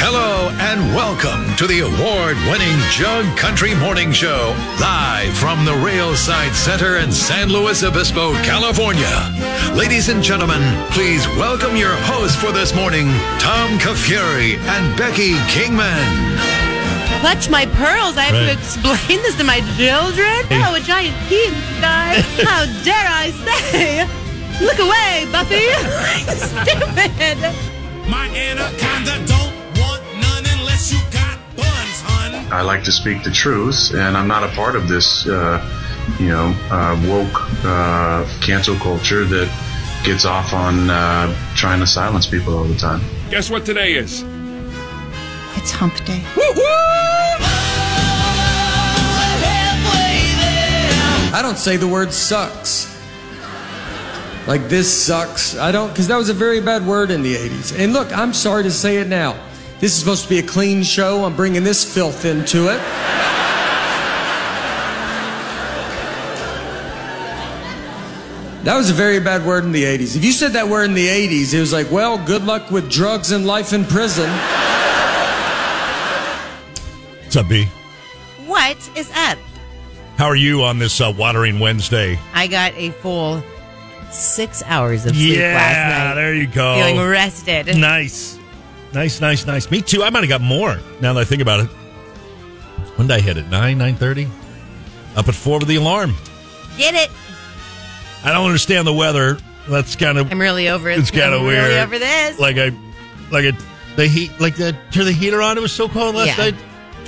Hello and welcome to the award winning Jug Country Morning Show, live from the Railside Center in San Luis Obispo, California. Ladies and gentlemen, please welcome your hosts for this morning, Tom Kafuri and Becky Kingman. clutch my pearls. I have Right. to explain this to my children. Oh, a giant heat guy. How dare I say? Look away, Buffy. Stupid. My anaconda don't want none unless you got buns, hun. I like to speak the truth, and I'm not a part of this, uh, you know, uh, woke uh, cancel culture that gets off on uh, trying to silence people all the time. Guess what today is? It's hump day. I don't say the word sucks. Like this sucks. I don't, because that was a very bad word in the 80s. And look, I'm sorry to say it now. This is supposed to be a clean show. I'm bringing this filth into it. That was a very bad word in the 80s. If you said that word in the 80s, it was like, well, good luck with drugs and life in prison. What's up, B? What is up? How are you on this uh, Watering Wednesday? I got a full six hours of sleep last night. there you go. Feeling rested. Nice. Nice, nice, nice. Me too. I might have got more now that I think about it. When did I hit it? 9, 9.30? Up at 4 with the alarm. Get it? I don't understand the weather. That's kind of... I'm really over it. it's kind of I'm weird. Really over this. Like I... Like it... The heat... Like the... Turn the heater on. It was so cold last yeah. night.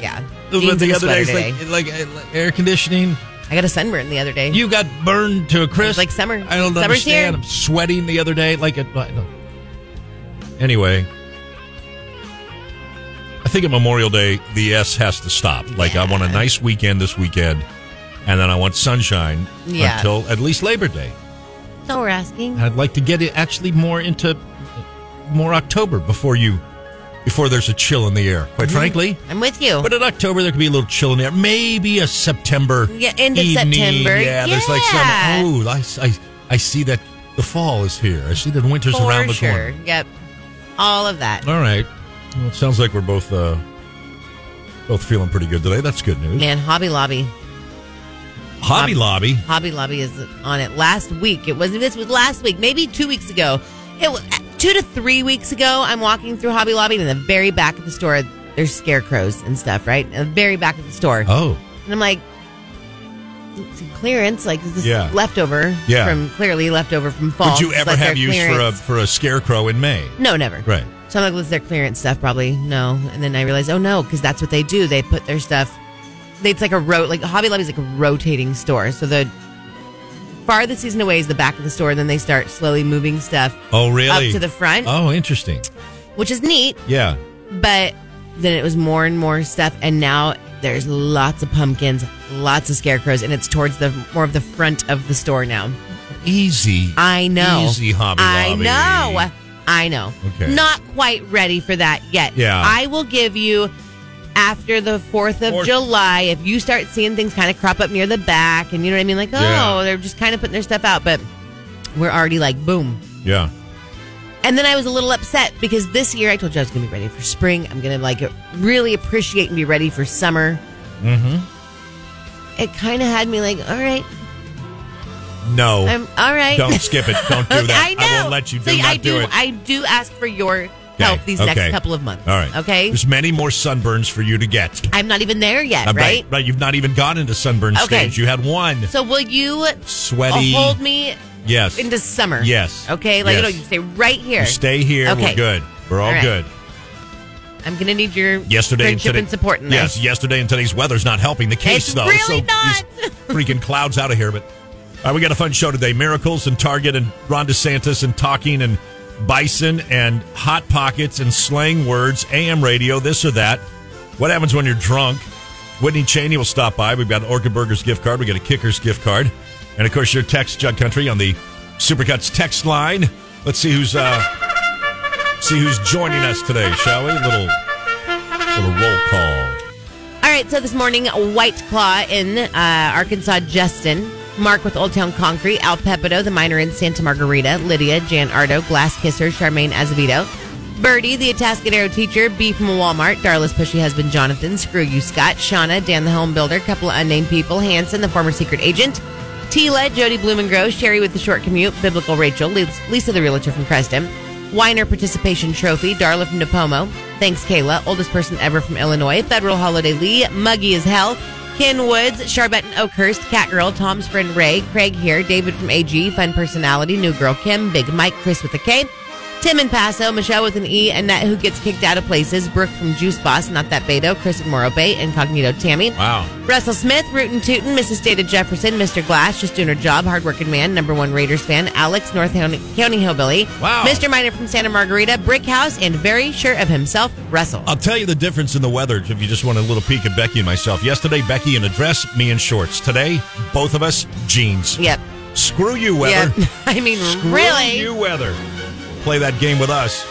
Yeah. But Jeans and the a other day, sweater it's today. like, like, uh, like air conditioning. I got a sunburn the other day. You got burned to a crisp. It's like summer. I don't Summer's understand. here. I'm sweating the other day. Like, it, I don't- anyway, I think at Memorial Day the S has to stop. Like, I want a nice weekend this weekend, and then I want sunshine Yeah. until at least Labor Day. so we're asking. And I'd like to get it actually more into more October before you before there's a chill in the air. Quite frankly. I'm with you. But in October, there could be a little chill in there. Maybe a September. Yeah, end of evening. September. Yeah, there's like some. Yeah. Oh, I, I, I see that the fall is here. I see that winter's For around the sure. corner. Yep. All of that. All right. Well, it sounds like we're both uh, both feeling pretty good today. That's good news. Man, Hobby Lobby. Hobby Lobby. Hobby Lobby is on it. Last week, it wasn't. This was last week, maybe two weeks ago. It was two to three weeks ago. I'm walking through Hobby Lobby, and in the very back of the store, there's scarecrows and stuff, right? In the very back of the store, Oh, and I'm like, it's a clearance, like this is Yeah. leftover Yeah. from clearly leftover from fall. would you It's ever like have their use for a clearance. for a scarecrow in May? No, never. Right. So I'm like, was their clearance stuff? Probably no. And then I realized, oh no, because that's what they do. They put their stuff. It's like a road. Like Hobby Lobby's like a rotating store. So the farthest season away is the back of the store, and then they start slowly moving stuff Oh, really? up to the front, Oh, interesting. which is neat. Yeah. But then it was more and more stuff, and now there's lots of pumpkins, lots of scarecrows, and it's towards the more of the front of the store now. Easy. I know. Easy Hobby I Lobby. know. I know. Okay. Not quite ready for that yet. Yeah. I will give you after the 4th of Fourth. July, if you start seeing things kind of crop up near the back, and you know what I mean? Like, oh, Yeah. they're just kind of putting their stuff out, but we're already like, boom. Yeah. And then I was a little upset because this year I told you I was going to be ready for spring. I'm going to like really appreciate and be ready for summer. Mm-hmm. It kind of had me like, all right, No. I'm Um, all right. Don't skip it. Don't do Okay, that. I know. won't let you do See, not I do it. I do ask for your help Okay, these okay. next couple of months. All right. Okay. There's many more sunburns for you to get. I'm not even there yet, Uh, right? Right. You've not even gotten into sunburn Okay. stage. You had one So will you uh, sweaty. hold me yes. into summer? Yes. Okay. Like you know, Yes. you stay right here. You stay here. Okay. We're good. We're all, All right. good. I'm gonna need your Yesterday friendship and today. and support. In yes. this. Yesterday and today's weather's not helping the case It's though. really so not. these freaking clouds out of here. But all right, we got a fun show today. Miracles and Target and Ron DeSantis and talking and bison and hot pockets and slang words. AM radio. This or that. What happens when you're drunk? Whitney Cheney will stop by. We've got an Orchid Burgers gift card. We got a Kickers gift card. And of course, your text, Jug Country, on the Supercuts text line. Let's see who's uh, see who's joining us today, shall we? Little little roll call. All right, so this morning, White Claw in uh, Arkansas, Justin, Mark with Old Town Concrete, Al Pepito, the miner in Santa Margarita, Lydia, Jan Ardo, Glass Kisser, Charmaine Azevedo, Birdie, the Atascadero teacher, B from Walmart, Darla's pushy husband Jonathan, Screw You Scott, Shauna, Dan the home builder, couple of unnamed people, Hanson, the former secret agent, Tila, Jody Blumengrove, Sherry with the short commute, Biblical Rachel, Lisa the realtor from Creston, Weiner Participation Trophy, Darla from Napomo. Thanks, Kayla. Oldest person ever from Illinois. Federal Holiday Lee, Muggy as Hell. Ken Woods, Charbette and Oakhurst, Catgirl, Tom's friend Ray, Craig here, David from AG, Fun Personality, New Girl Kim, Big Mike, Chris with a K, Tim in Paso, Michelle with an E, Annette who gets kicked out of places, Brooke from Juice Boss, Not That Beto, Chris and Moro Bay, Incognito Tammy. Wow. Russell Smith, Rootin' Tootin', Mrs. Data Jefferson, Mr. Glass, just doing her job, hardworking man, number one Raiders fan, Alex, North County County Hillbilly, Wow. Mr. Miner from Santa Margarita, Brick House, and very sure of himself, Russell. I'll tell you the difference in the weather if you just want a little peek at Becky and myself. Yesterday, Becky in a dress, me in shorts. Today, both of us jeans. yep. Screw you, weather. Yep. I mean, Screw really? you, weather. Play that game with us.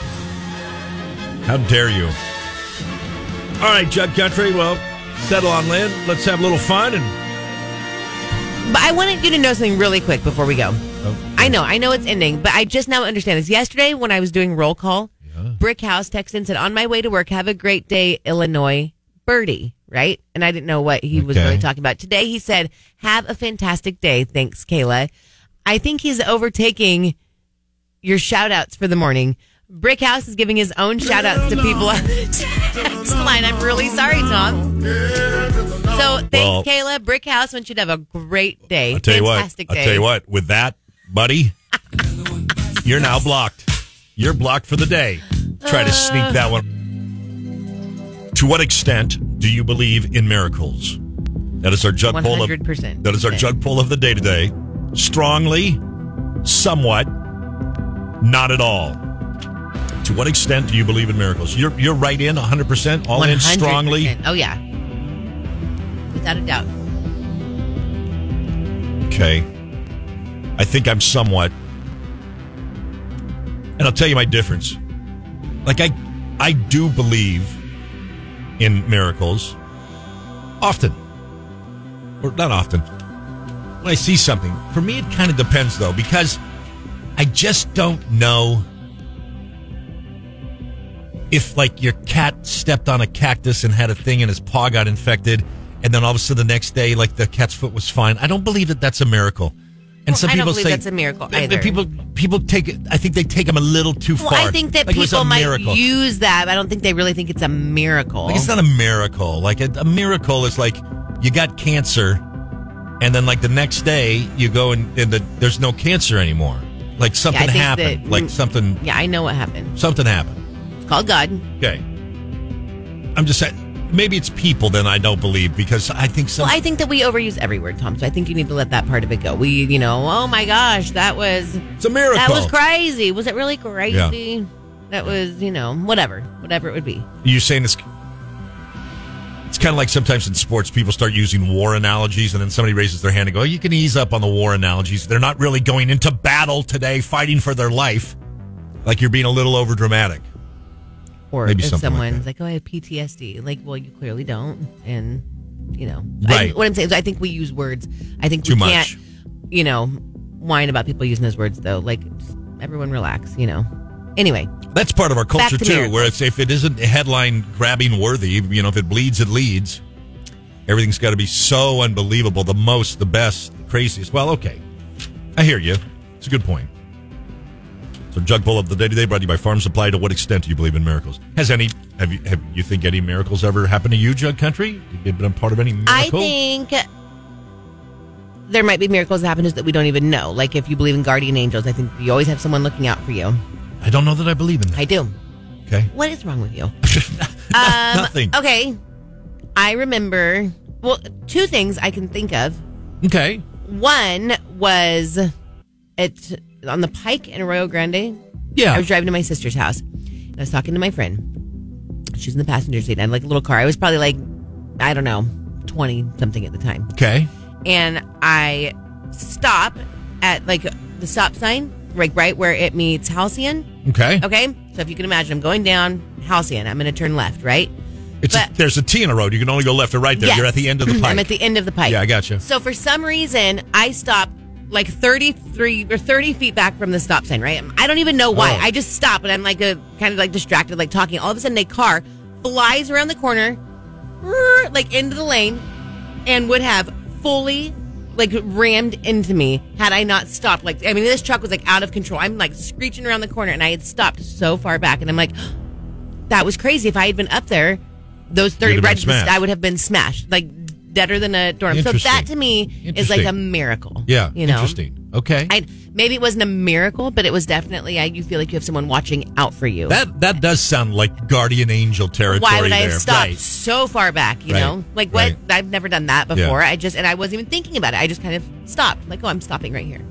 How dare you? All right, Jug Country. Well, settle on land. Let's have a little fun and But I wanted you to know something really quick before we go. I know, I know it's ending, but I just now understand this. Yesterday, when I was doing roll call, Brick House texted and said, "On my way to work, have a great day, Illinois Birdie." Right, and I didn't know what he was Okay. really talking about. Today, he said, "Have a fantastic day, thanks, Kayla." I think he's overtaking your shout outs for the morning. Brick House is giving his own shout outs to people on the text line. I'm really sorry, Tom. So thanks, Well- Kayla. Brick House wants you to have a great day. I'll tell you Fantastic what. day. I'll tell you what. With that, buddy, you're now blocked. You're blocked for the day. Try to sneak that one. To what extent do you believe in miracles? That is our jug poll. Of, 100%. that is our jug poll of the day today. Strongly, somewhat, not at all. To what extent do you believe in miracles? You're you're right in 100%, all in 100%. strongly. Oh yeah, without a doubt. Okay. I think I'm somewhat. And I'll tell you my difference. Like I I do believe in miracles often. Or not often. When I see something. For me it kind of depends though because I just don't know if like your cat stepped on a cactus and had a thing and his paw got infected and then all of a sudden the next day like the cat's foot was fine i don't believe that that's a miracle and Well, some I don't people believe say that's a miracle But- but either. people people take it i think they take them a little too Well, far I think that Like it was people a might miracle. use that. But I don't think they really think it's a miracle. Like, it's not a miracle. Like a, a miracle is like you got cancer, and then like the next day you go and, and the, there's no cancer anymore. Like something think happened. that- like something yeah, I know what happened. something happened. It's called God. Okay. I'm just saying, maybe it's people then I don't believe because I think some. Well, I think that we overuse every word, Tom. So I think you need to let that part of it go. We, you know, oh my gosh, that was it's a miracle. that was crazy. Was it really crazy? That was, you know, whatever, whatever it would be. You're saying it's. It's kind of like sometimes in sports, people start using war analogies, and then somebody raises their hand and go, "You can ease up on the war analogies. They're not really going into battle today, fighting for their life. Like you're being a little over dramatic." Or Maybe if something like someone's like, "Oh, I have PTSD," like, well, you clearly don't, and you know, Right. I, what I'm saying is, I think we use words. I think Too we much. can't, you know, whine about people using those words though. Like, just everyone relax, you know. Anyway, That's part of our Back culture to too, miracles. where it's if it isn't headline grabbing worthy, you know, if it bleeds, it leads. Everything's got to be so unbelievable, the most, the best, the craziest. Well, okay, I hear you. It's a good point. So, jug full of the day today brought to you by Farm Supply. To what extent do you believe in miracles? Has any have you have you think any miracles ever happened to you, Jug Country? Have you been a part of any miracle? I think there might be miracles that happen to us that we don't even know. Like if you believe in guardian angels, I think you always have someone looking out for you. I don't know that I believe in that. I um, do. Okay, What is wrong with you? No- nothing. Okay. I remember, well, two things I can think of. Okay, One was it on the Pike in Arroyo Grande. I yeah, was driving to my sister's house. And I was talking to my friend. She's in the passenger seat. I had like a little car. I was probably like, I don't know, 20 something at the time. okay, And I stop at like the stop sign, like right where it meets Halcyon. okay. Okay. So So if you can imagine, I'm going down Halcyon. I'm going to turn left, right? It's But- there's a T in a road. You can only go left or right there. Yes. You're at the end of the pipe. I'm at the end of the pipe. Yeah, I gotcha. So for some reason, I stopped like 33 or 30 feet back from the stop sign, right? I don't even know why. Oh. I just stopped and I'm like a, kind of like distracted, like talking. All of a sudden, a car flies around the corner, brrr, like into the lane, and would have fully like rammed into me had I not stopped. Like, I mean, this truck was like out of control. I'm like screeching around the corner and I had stopped so far back and I'm like, that was crazy. If I had been up there, those 30 You'd have breads, been smashed. I would have been smashed, like deader than a dorm. So Interesting. that to me is like a Interesting. miracle. yeah, You know? interesting. Okay, I, maybe it wasn't a miracle, but it was definitely, I, you feel like you have someone watching out for you. that that does sound like guardian angel territory. Why would I have there. stopped Right. so far back? You Right. know, like what? Right. I've never done that before. I just, and I wasn't even thinking about it. I just kind of stopped, like, oh, I'm stopping right here.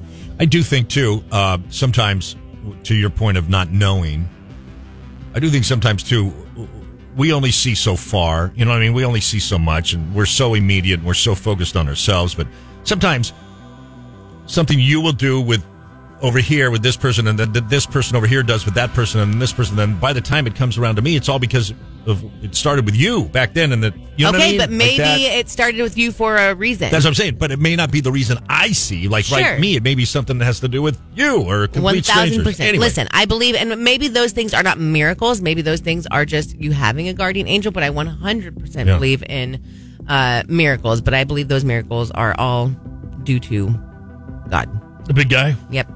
I do think too. Uh, sometimes, to your point of not knowing, I do think sometimes too. We only see so far. You know what I mean? We only see so much, and we're so immediate, and we're so focused on ourselves. But sometimes, something you will do with over here with this person, and then th- this person over here does with that person, and then this person. Then by the time it comes around to me, it's all because of it started with you back then, and that you know what I okay, mean? but Like maybe that. it started with you for a reason. That's what I'm saying. But it may not be the reason I see. Like Sure. right me, it may be something that has to do with you or a One complete thousand strangers. percent. Anyway, Listen, I believe, and maybe those things are not miracles. Maybe those things are just you having a guardian angel. But I one hundred percent Yeah. believe in uh, miracles. But I believe those miracles are all due to God. the big guy. Yep.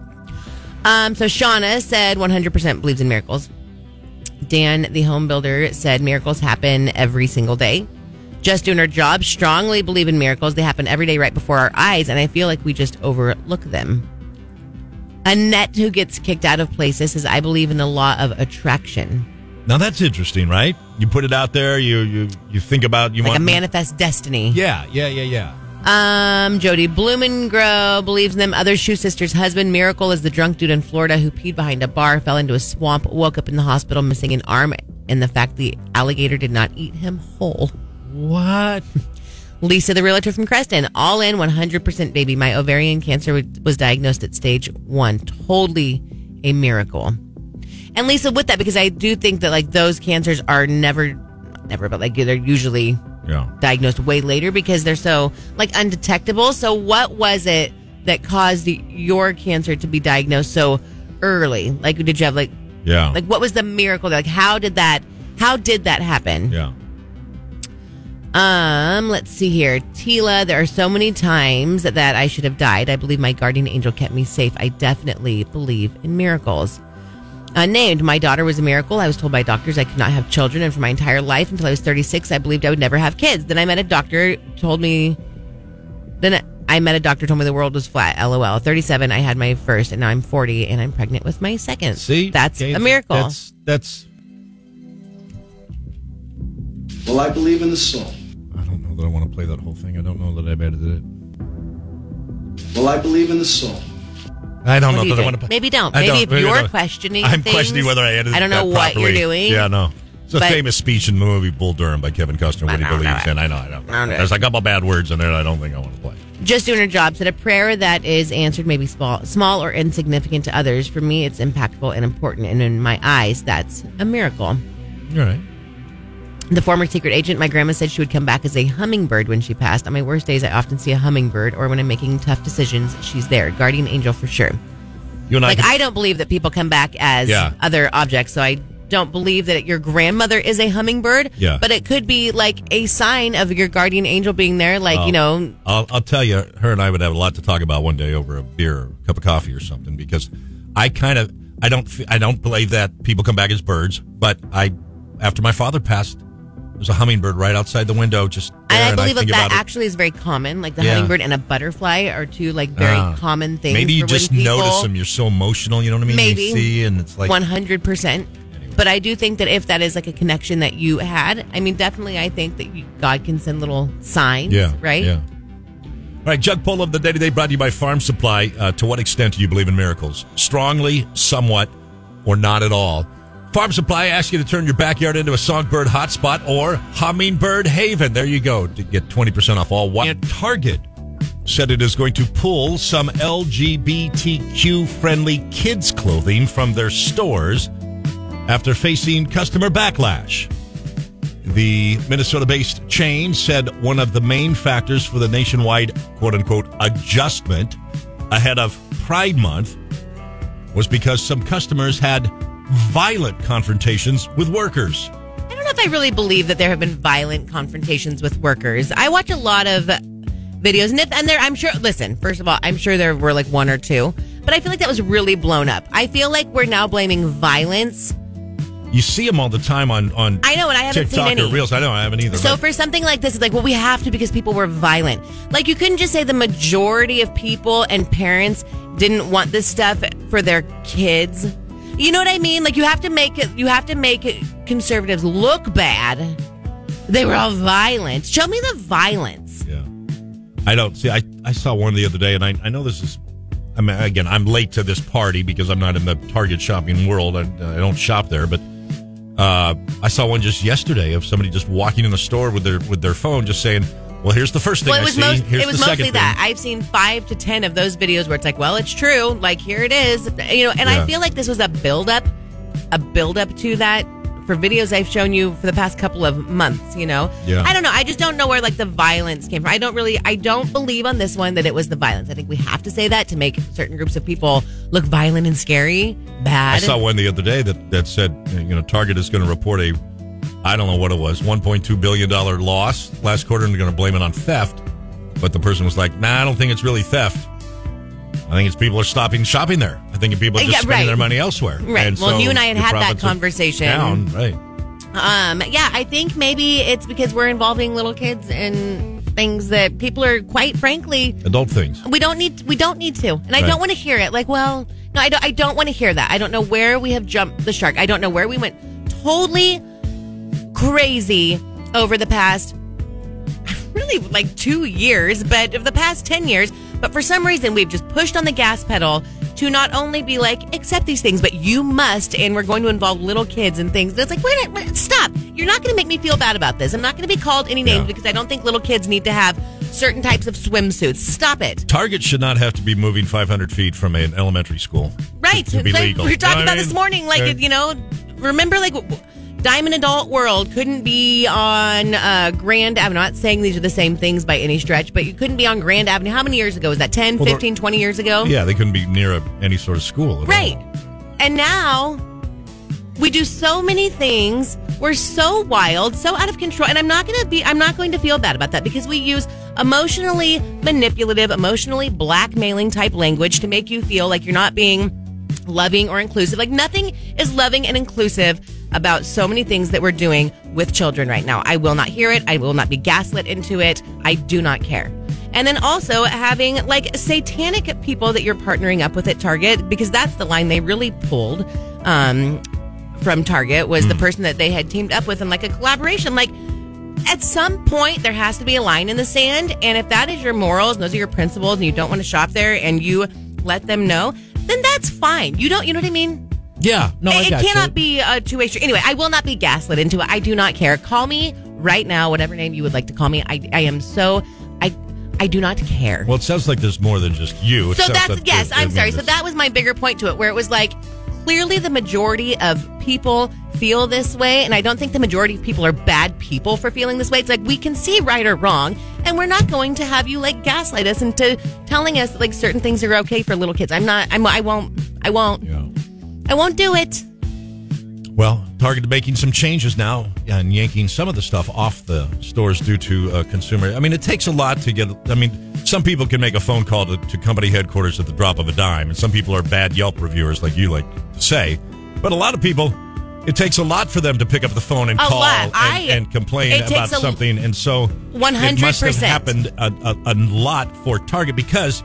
Um. So Shauna said one hundred percent believes in miracles. Dan, the home builder, said miracles happen every single day. Just doing her job, strongly believe in miracles. They happen every day right before our eyes, and I feel like we just overlook them. Annette, who gets kicked out of places, says, I believe in the law of attraction. Now that's interesting, right? You put it out there. You you you think about you Like a want manifest destiny. Yeah, yeah, yeah, yeah. Um, Jody Blumengrow believes in them. Other shoe sister's husband, Miracle, is the drunk dude in Florida who peed behind a bar, fell into a swamp, woke up in the hospital missing an arm, and the fact the alligator did not eat him whole. What? Lisa, the realtor from Creston, all in 100% baby. My ovarian cancer wa- was diagnosed at stage one. Totally a miracle. And Lisa, with that, because I do think that like those cancers are never, never, but like they're usually Yeah. diagnosed way later because they're so like undetectable. So what was it that caused your cancer to be diagnosed so early? Like did you have like Yeah. like what was the miracle? Like how did that how did that happen? yeah. Um, let's see here. Tila, there are so many times that I should have died. I believe my guardian angel kept me safe. I definitely believe in miracles. Unnamed, my daughter was a miracle. I was told by doctors I could not have children, and for my entire life until I was 36, I believed I would never have kids. Then I met a doctor, told me. Then I met a doctor, told me the world was flat. LOL. 37, I had my first, and now I'm 40, and I'm pregnant with my second. See, that's Okay, a miracle. That's that's. Well, I believe in the soul. I don't know that I want to play that whole thing. I don't know that I've edited it. Well, I believe in the soul. I don't What know do that you I do? want to. Maybe don't. I Maybe don't. if you're don't. questioning I'm things, questioning whether I edited. I don't know that what you're properly. doing, Yeah, no. It's a but- famous speech in the movie Bull Durham by Kevin Costner. What he believes in. I know. I know. There's a couple bad words in there. that I don't think I want to play. just doing her job said a prayer that is answered maybe small small or insignificant to others for me it's impactful and important and in my eyes that's a miracle All right. the former secret agent my grandma said she would come back as a hummingbird when she passed on my worst days i often see a hummingbird or when i'm making tough decisions she's there guardian angel for sure You and like I. i don't believe that people come back as Yeah. other objects so i don't believe that your grandmother is a hummingbird Yeah. but it could be like a sign of your guardian angel being there like you know I'll, I'll tell you, her and I would have a lot to talk about one day over a beer, or a cup of coffee, or something. Because I kind of, I don't, f- I don't believe that people come back as birds. But I, after my father passed, there was a hummingbird right outside the window, just. There, And I believe think that that about it. actually is very common. Like the Yeah. hummingbird and a butterfly are two like very Ah. common things. Maybe you for when just people- notice them. You're so emotional. You know what I mean? Maybe. You see, and it's like. One hundred percent. But I do think that if that is like a connection that you had, I mean, definitely, I think that you, God can send little signs, Yeah. right? Yeah. All right, Jug Poll of the Day today brought to you by Farm Supply. Uh, to what extent do you believe in miracles? Strongly, somewhat, or not at all? Farm Supply asks you to turn your backyard into a songbird hotspot or hummingbird haven. There you go to get 20% off all. Wine. And Target said it is going to pull some LGBTQ friendly kids' clothing from their stores after facing customer backlash. The Minnesota based chain said one of the main factors for the nationwide quote unquote adjustment ahead of Pride Month was because some customers had violent confrontations with workers. I don't know if I really believe that there have been violent confrontations with workers. I watch a lot of videos, and if and there, I'm sure. Listen, first of all, I'm sure there were like one or two, but I feel like that was really blown up. I feel like we're now blaming violence. You see them all the time on, on I know, and I haven't TikTok seen or any. Reels. I know, I haven't either. So but- for something like this, it's like, well, we have to because people were violent. Like you couldn't just say the majority of people and parents didn't want this stuff for their kids. You know what I mean? Like you have to make it. You have to make it conservatives look bad. They were all violent. Show me the violence. Yeah. I don't see. I, I saw one the other day, and I, I know this is. I mean, again, I'm late to this party because I'm not in the Target shopping world. I, I don't shop there, but uh, I saw one just yesterday of somebody just walking in the store with their with their phone, just saying, "Well, here's the first thing Well, it I was see. most, here's it was the second mostly that. thing." I've seen five to ten of those videos where it's like, well, it's true. Like here it is, you know. And Yeah. I feel like this was a buildup, a buildup to that for videos I've shown you for the past couple of months. You know, Yeah. I don't know. I just don't know where like the violence came from. I don't really. I don't believe on this one that it was the violence. I think we have to say that to make certain groups of people look violent and scary, I bad. saw one the other day that that said, you know, Target is going to report a, I don't know what it was, 1.2 billion dollar loss last quarter, and they're going to blame it on theft. But the person was like, "Nah, I don't think it's really theft. I think it's people are stopping shopping there. I think people are just Yeah, spending right. their money elsewhere." Right. And Well, so you and I had your had that profits are conversation. Down, right? Um, yeah, I think maybe it's because we're involving little kids in things that people are quite frankly Adult things. we don't need we don't need to. And I Right. don't want to hear it. Like, well, no, I don't I don't want to hear that. I don't know where we have jumped the shark. I don't know where we went totally crazy over the past really like 2 years, but of the past 10 years, but for some reason we've just pushed on the gas pedal to not only be like accept these things, but you must, and we're going to involve little kids and things. And it's like, wait, a- wait, stop! You're not going to make me feel bad about this. I'm not going to be called any names Yeah. because I don't think little kids need to have certain types of swimsuits. Stop it! Target should not have to be moving 500 feet from an elementary school. Right. To, to be Like, legal. We were talking You about know what I this mean? morning. Like, Yeah. you know, remember, like, w- w- Diamond Adult World couldn't be on uh, Grand Avenue. I'm not saying these are the same things by any stretch, but you couldn't be on Grand Avenue. How many years ago was that? 10, Well, there- 15, 20 years ago? Yeah, they couldn't be near a, any sort of school. at all. Right. And now we do so many things. We're so wild, so out of control. And I'm not going to be, I'm not going to feel bad about that because we use emotionally manipulative, emotionally blackmailing type language to make you feel like you're not being loving or inclusive. Like nothing is loving and inclusive about so many things that we're doing with children right now. I will not hear it. I will not be gaslit into it. I do not care. And then also having like satanic people that you're partnering up with at Target because that's the line they really pulled um, from Target was Hmm. the person that they had teamed up with in like a collaboration. Like at some point there has to be a line in the sand, and if that is your morals, and those are your principles, and you don't want to shop there, and you let them know, then that's fine. You don't, you know what I mean? Yeah. No, Oh, I it it got cannot you. be a two way street. Anyway, I will not be gaslit into it. I do not care. Call me right now, whatever name you would like to call me. I, I am so I I do not care. Well, it sounds like there's more than just you. It so sounds that's like yes. there- I I'm mean, sorry. So there's- that was my bigger point to it, where it was like clearly the majority of people feel this way, and I don't think the majority of people are bad people for feeling this way. It's like we can see right or wrong, and we're not going to have you like gaslight us into telling us like certain things are okay for little kids. I'm not. I'm. I won't. I won't. Yeah. I won't do it. Well, Target making some changes now and yanking some of the stuff off the stores due to uh, consumer. I mean, it takes a lot to get. I mean, some people can make a phone call to, to company headquarters at the drop of a dime, and some people are bad Yelp reviewers, like you like to say. But a lot of people, it takes a lot for them to pick up the phone and A call lot. And, I- and complain it takes about a- something. And so, it must have 100%. happened a, a, a lot for Target because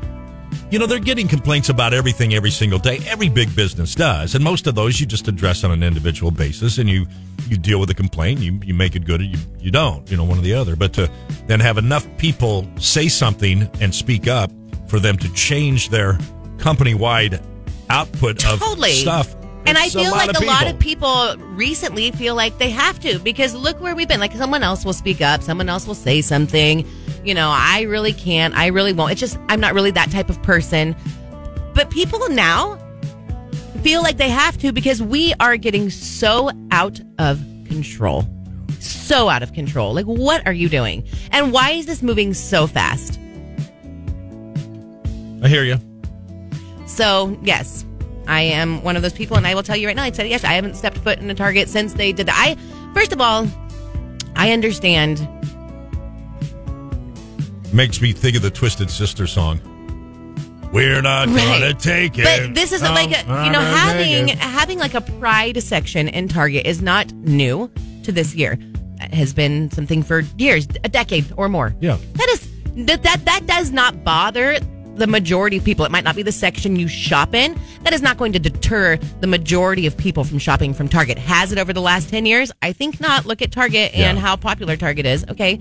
you know, they're getting complaints about everything every single day. Every big business does. And most of those you just address on an individual basis and you, you deal with the complaint. You, you make it good or you, you don't, you know, one or the other. But to then have enough people say something and speak up for them to change their company wide output of Totally. stuff. And I It's feel lot like a lot of people recently feel like they have to because look where we've been. Like someone else will speak up, someone else will say something. You know, I really can't, I really won't. It's just, I'm not really that type of person. But people now feel like they have to because we are getting so out of control. So out of control. Like, what are you doing? And why is this moving so fast? I hear you. So, yes, I am one of those people, and I will tell you right now. I said yes. I haven't stepped foot in a Target since they did that. I first of all, I understand. Makes me think of the Twisted Sister song. We're not Right. gonna take it. But this isn't No, like a, we're you not know gonna take having it. having like a pride section in Target is not new to this year. It has been something for years, a decade or more. Yeah. that is that that that does not bother the majority of people. It might not be the section you shop in. That is not going to deter the majority of people from shopping from Target. Has it over the last ten years? I think not. Look at Target and Yeah. how popular Target is. Okay,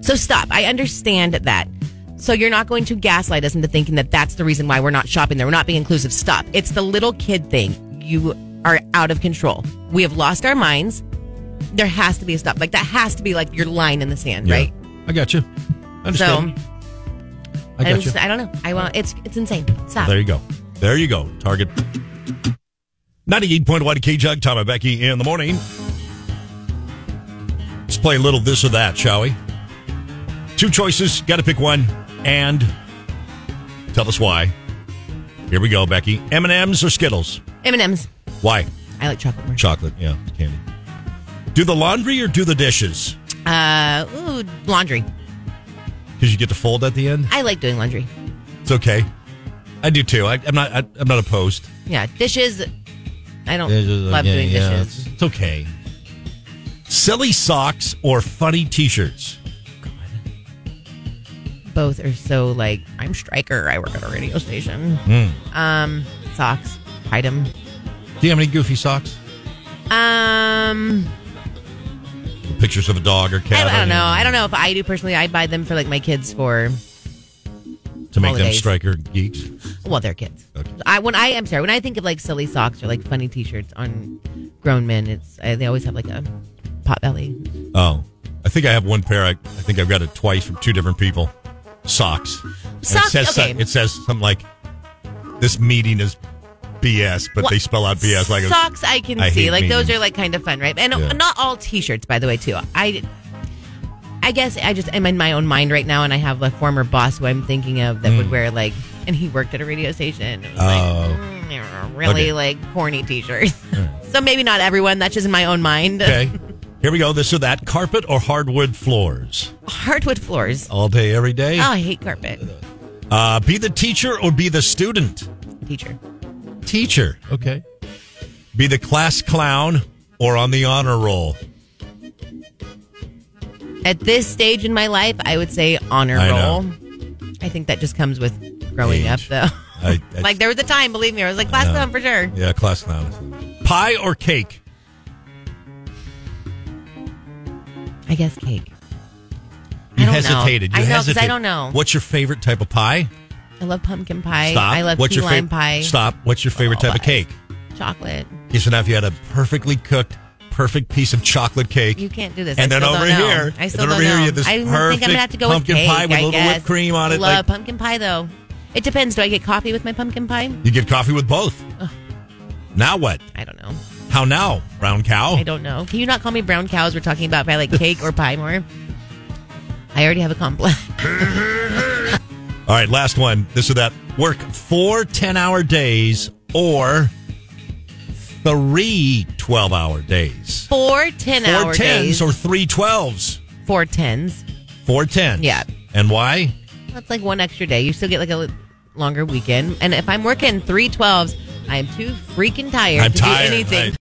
so stop. I understand that. So you're not going to gaslight us into thinking that that's the reason why we're not shopping there. We're not being inclusive. Stop. It's the little kid thing. You are out of control. We have lost our minds. There has to be a stop. Like that has to be like your line in the sand, Yeah. right? I got you. I understand. So I I'm got you. just- I don't know. I want. It's it's insane. Stop. There you go. There you go. Target. 98.1 K Jug, Tom and Becky in the morning. Let's play a little this or that, shall we? Two choices. Got to pick one. And tell us why. Here we go, Becky. M&M's or Skittles? M and M's. Why? I like chocolate more. Chocolate. Yeah, candy. Do the laundry or do the dishes? Uh, ooh, laundry. Because you get to fold at the end. I like doing laundry. It's okay. I do too. I, I'm not. I, I'm not opposed. Yeah, dishes. I don't love yeah, doing yeah, dishes. It's, it's okay. Silly socks or funny T-shirts? both are so like I'm striker. I work at a radio station. Um, socks, hide them. Do you have any goofy socks? Um, Pictures of a dog or I, cat? I don't on it know. I don't know if I do personally. I buy them for like my kids for To make them holidays. striker geeks. well, their kids. Okay. I when I am sorry when I think of like silly socks or like funny T-shirts on grown men, it's I, they always have like a pot belly. Oh, I think I have one pair. I, I think I've got it twice from two different people. Socks. And Socks, It says, so- okay. It says something like, "This meeting is BS," but What- they spell out BS like a- socks. I can I see hate like those meetings. are like kind of fun, right? And Yeah. not all T-shirts, by the way, too. I, I guess I just am in my own mind right now, and I have a former boss who I'm thinking of that would wear like, and he worked at a radio station. It was Mm. Oh. like, mm, yeah, really Okay. like corny T-shirts. so maybe not everyone. That's just in my own mind. Okay. Here we go. This or that. Carpet or hardwood floors? Hardwood floors. All day, every day. Oh, I hate carpet. Uh, be the teacher or be the student? Teacher. Teacher. Okay. Be the class clown or on the honor roll? At this stage in my life, I would say honor I know. roll. I think that just comes with growing up, Age. though. I- I- like there was a time, believe me, I was like class know. clown for sure. Yeah, class clown. Pie or cake? I guess cake. I You don't hesitated. Know. You I know because hesitated. I don't know. What's your favorite type of pie? I love pumpkin pie. Stop. I love What's key your lime fav- pie. Stop. What's your favorite All type of pies. cake? Chocolate. Okay, so now if you had a perfectly cooked, perfect piece of chocolate cake. You can't do this. And I then still over don't know. here, I and still then don't over know. here you have this I think I'm gonna have to go perfect with pumpkin cake, pie with I a little guess. whipped cream on it, Love like- pumpkin pie though. It depends. Do I get coffee with my pumpkin pie? You get coffee with both. Now what? I don't know. How now, brown cow? I don't know. Can you not call me brown cows? We're talking about if I like cake or pie more. I already have a complex. All right, last one. This or that. Work four 10 hour days or three 12 hour days. Four 10 Four hour 10s days. or three 12s. four 10s. Four 10s. Yeah. And why? That's like one extra day. You still get like a li- longer weekend. And if I'm working three 12s, I am too freaking tired I'm to tired. do anything. right?